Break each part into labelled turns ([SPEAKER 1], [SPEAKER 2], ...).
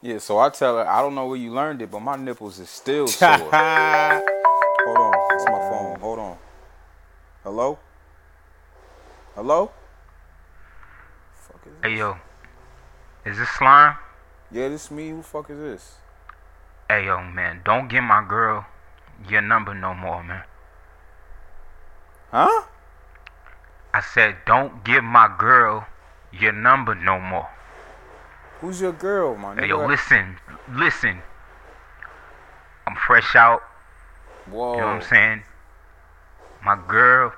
[SPEAKER 1] Yeah, so I tell her, I don't know where you learned it, but my nipples is still sore. Hold on, it's my phone. Hold on. Hello? Hello? Fuck is
[SPEAKER 2] Hey
[SPEAKER 1] this?
[SPEAKER 2] yo, is this slime?
[SPEAKER 1] Yeah, this me. Who fuck is this?
[SPEAKER 2] Hey yo, man, don't give my girl your number no more, man.
[SPEAKER 1] Huh?
[SPEAKER 2] I said, don't give my girl your number no more.
[SPEAKER 1] Who's your girl, my nigga?
[SPEAKER 2] Hey yo, listen, listen. I'm fresh out.
[SPEAKER 1] Whoa. Oh.
[SPEAKER 2] You know what I'm saying? My girl,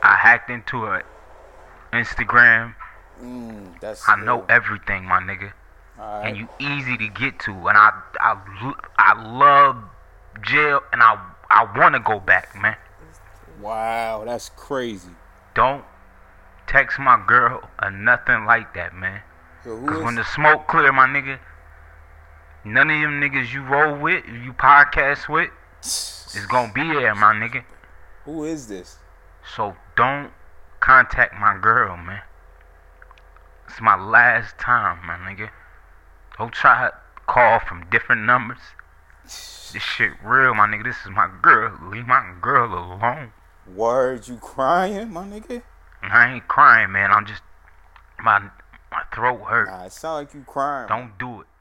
[SPEAKER 2] I hacked into her Instagram.
[SPEAKER 1] Mm, that's
[SPEAKER 2] I know
[SPEAKER 1] good.
[SPEAKER 2] everything, my nigga.
[SPEAKER 1] All right.
[SPEAKER 2] And you easy to get to. And I, I, lo- I love jail, and I, I want to go back, man.
[SPEAKER 1] Wow, that's crazy.
[SPEAKER 2] Don't text my girl or nothing like that, man.
[SPEAKER 1] Yo, who
[SPEAKER 2] Cause
[SPEAKER 1] is
[SPEAKER 2] when the smoke clear, my nigga, none of them niggas you roll with, you podcast with, is gonna be there, my nigga.
[SPEAKER 1] Who is this?
[SPEAKER 2] So don't contact my girl, man. It's my last time, my nigga. Don't try to call from different numbers. This shit real, my nigga. This is my girl. Leave my girl alone.
[SPEAKER 1] Word, you crying, my nigga?
[SPEAKER 2] And I ain't crying, man. I'm just my my throat hurt.
[SPEAKER 1] Nah, it sound like you crying.
[SPEAKER 2] Don't do it.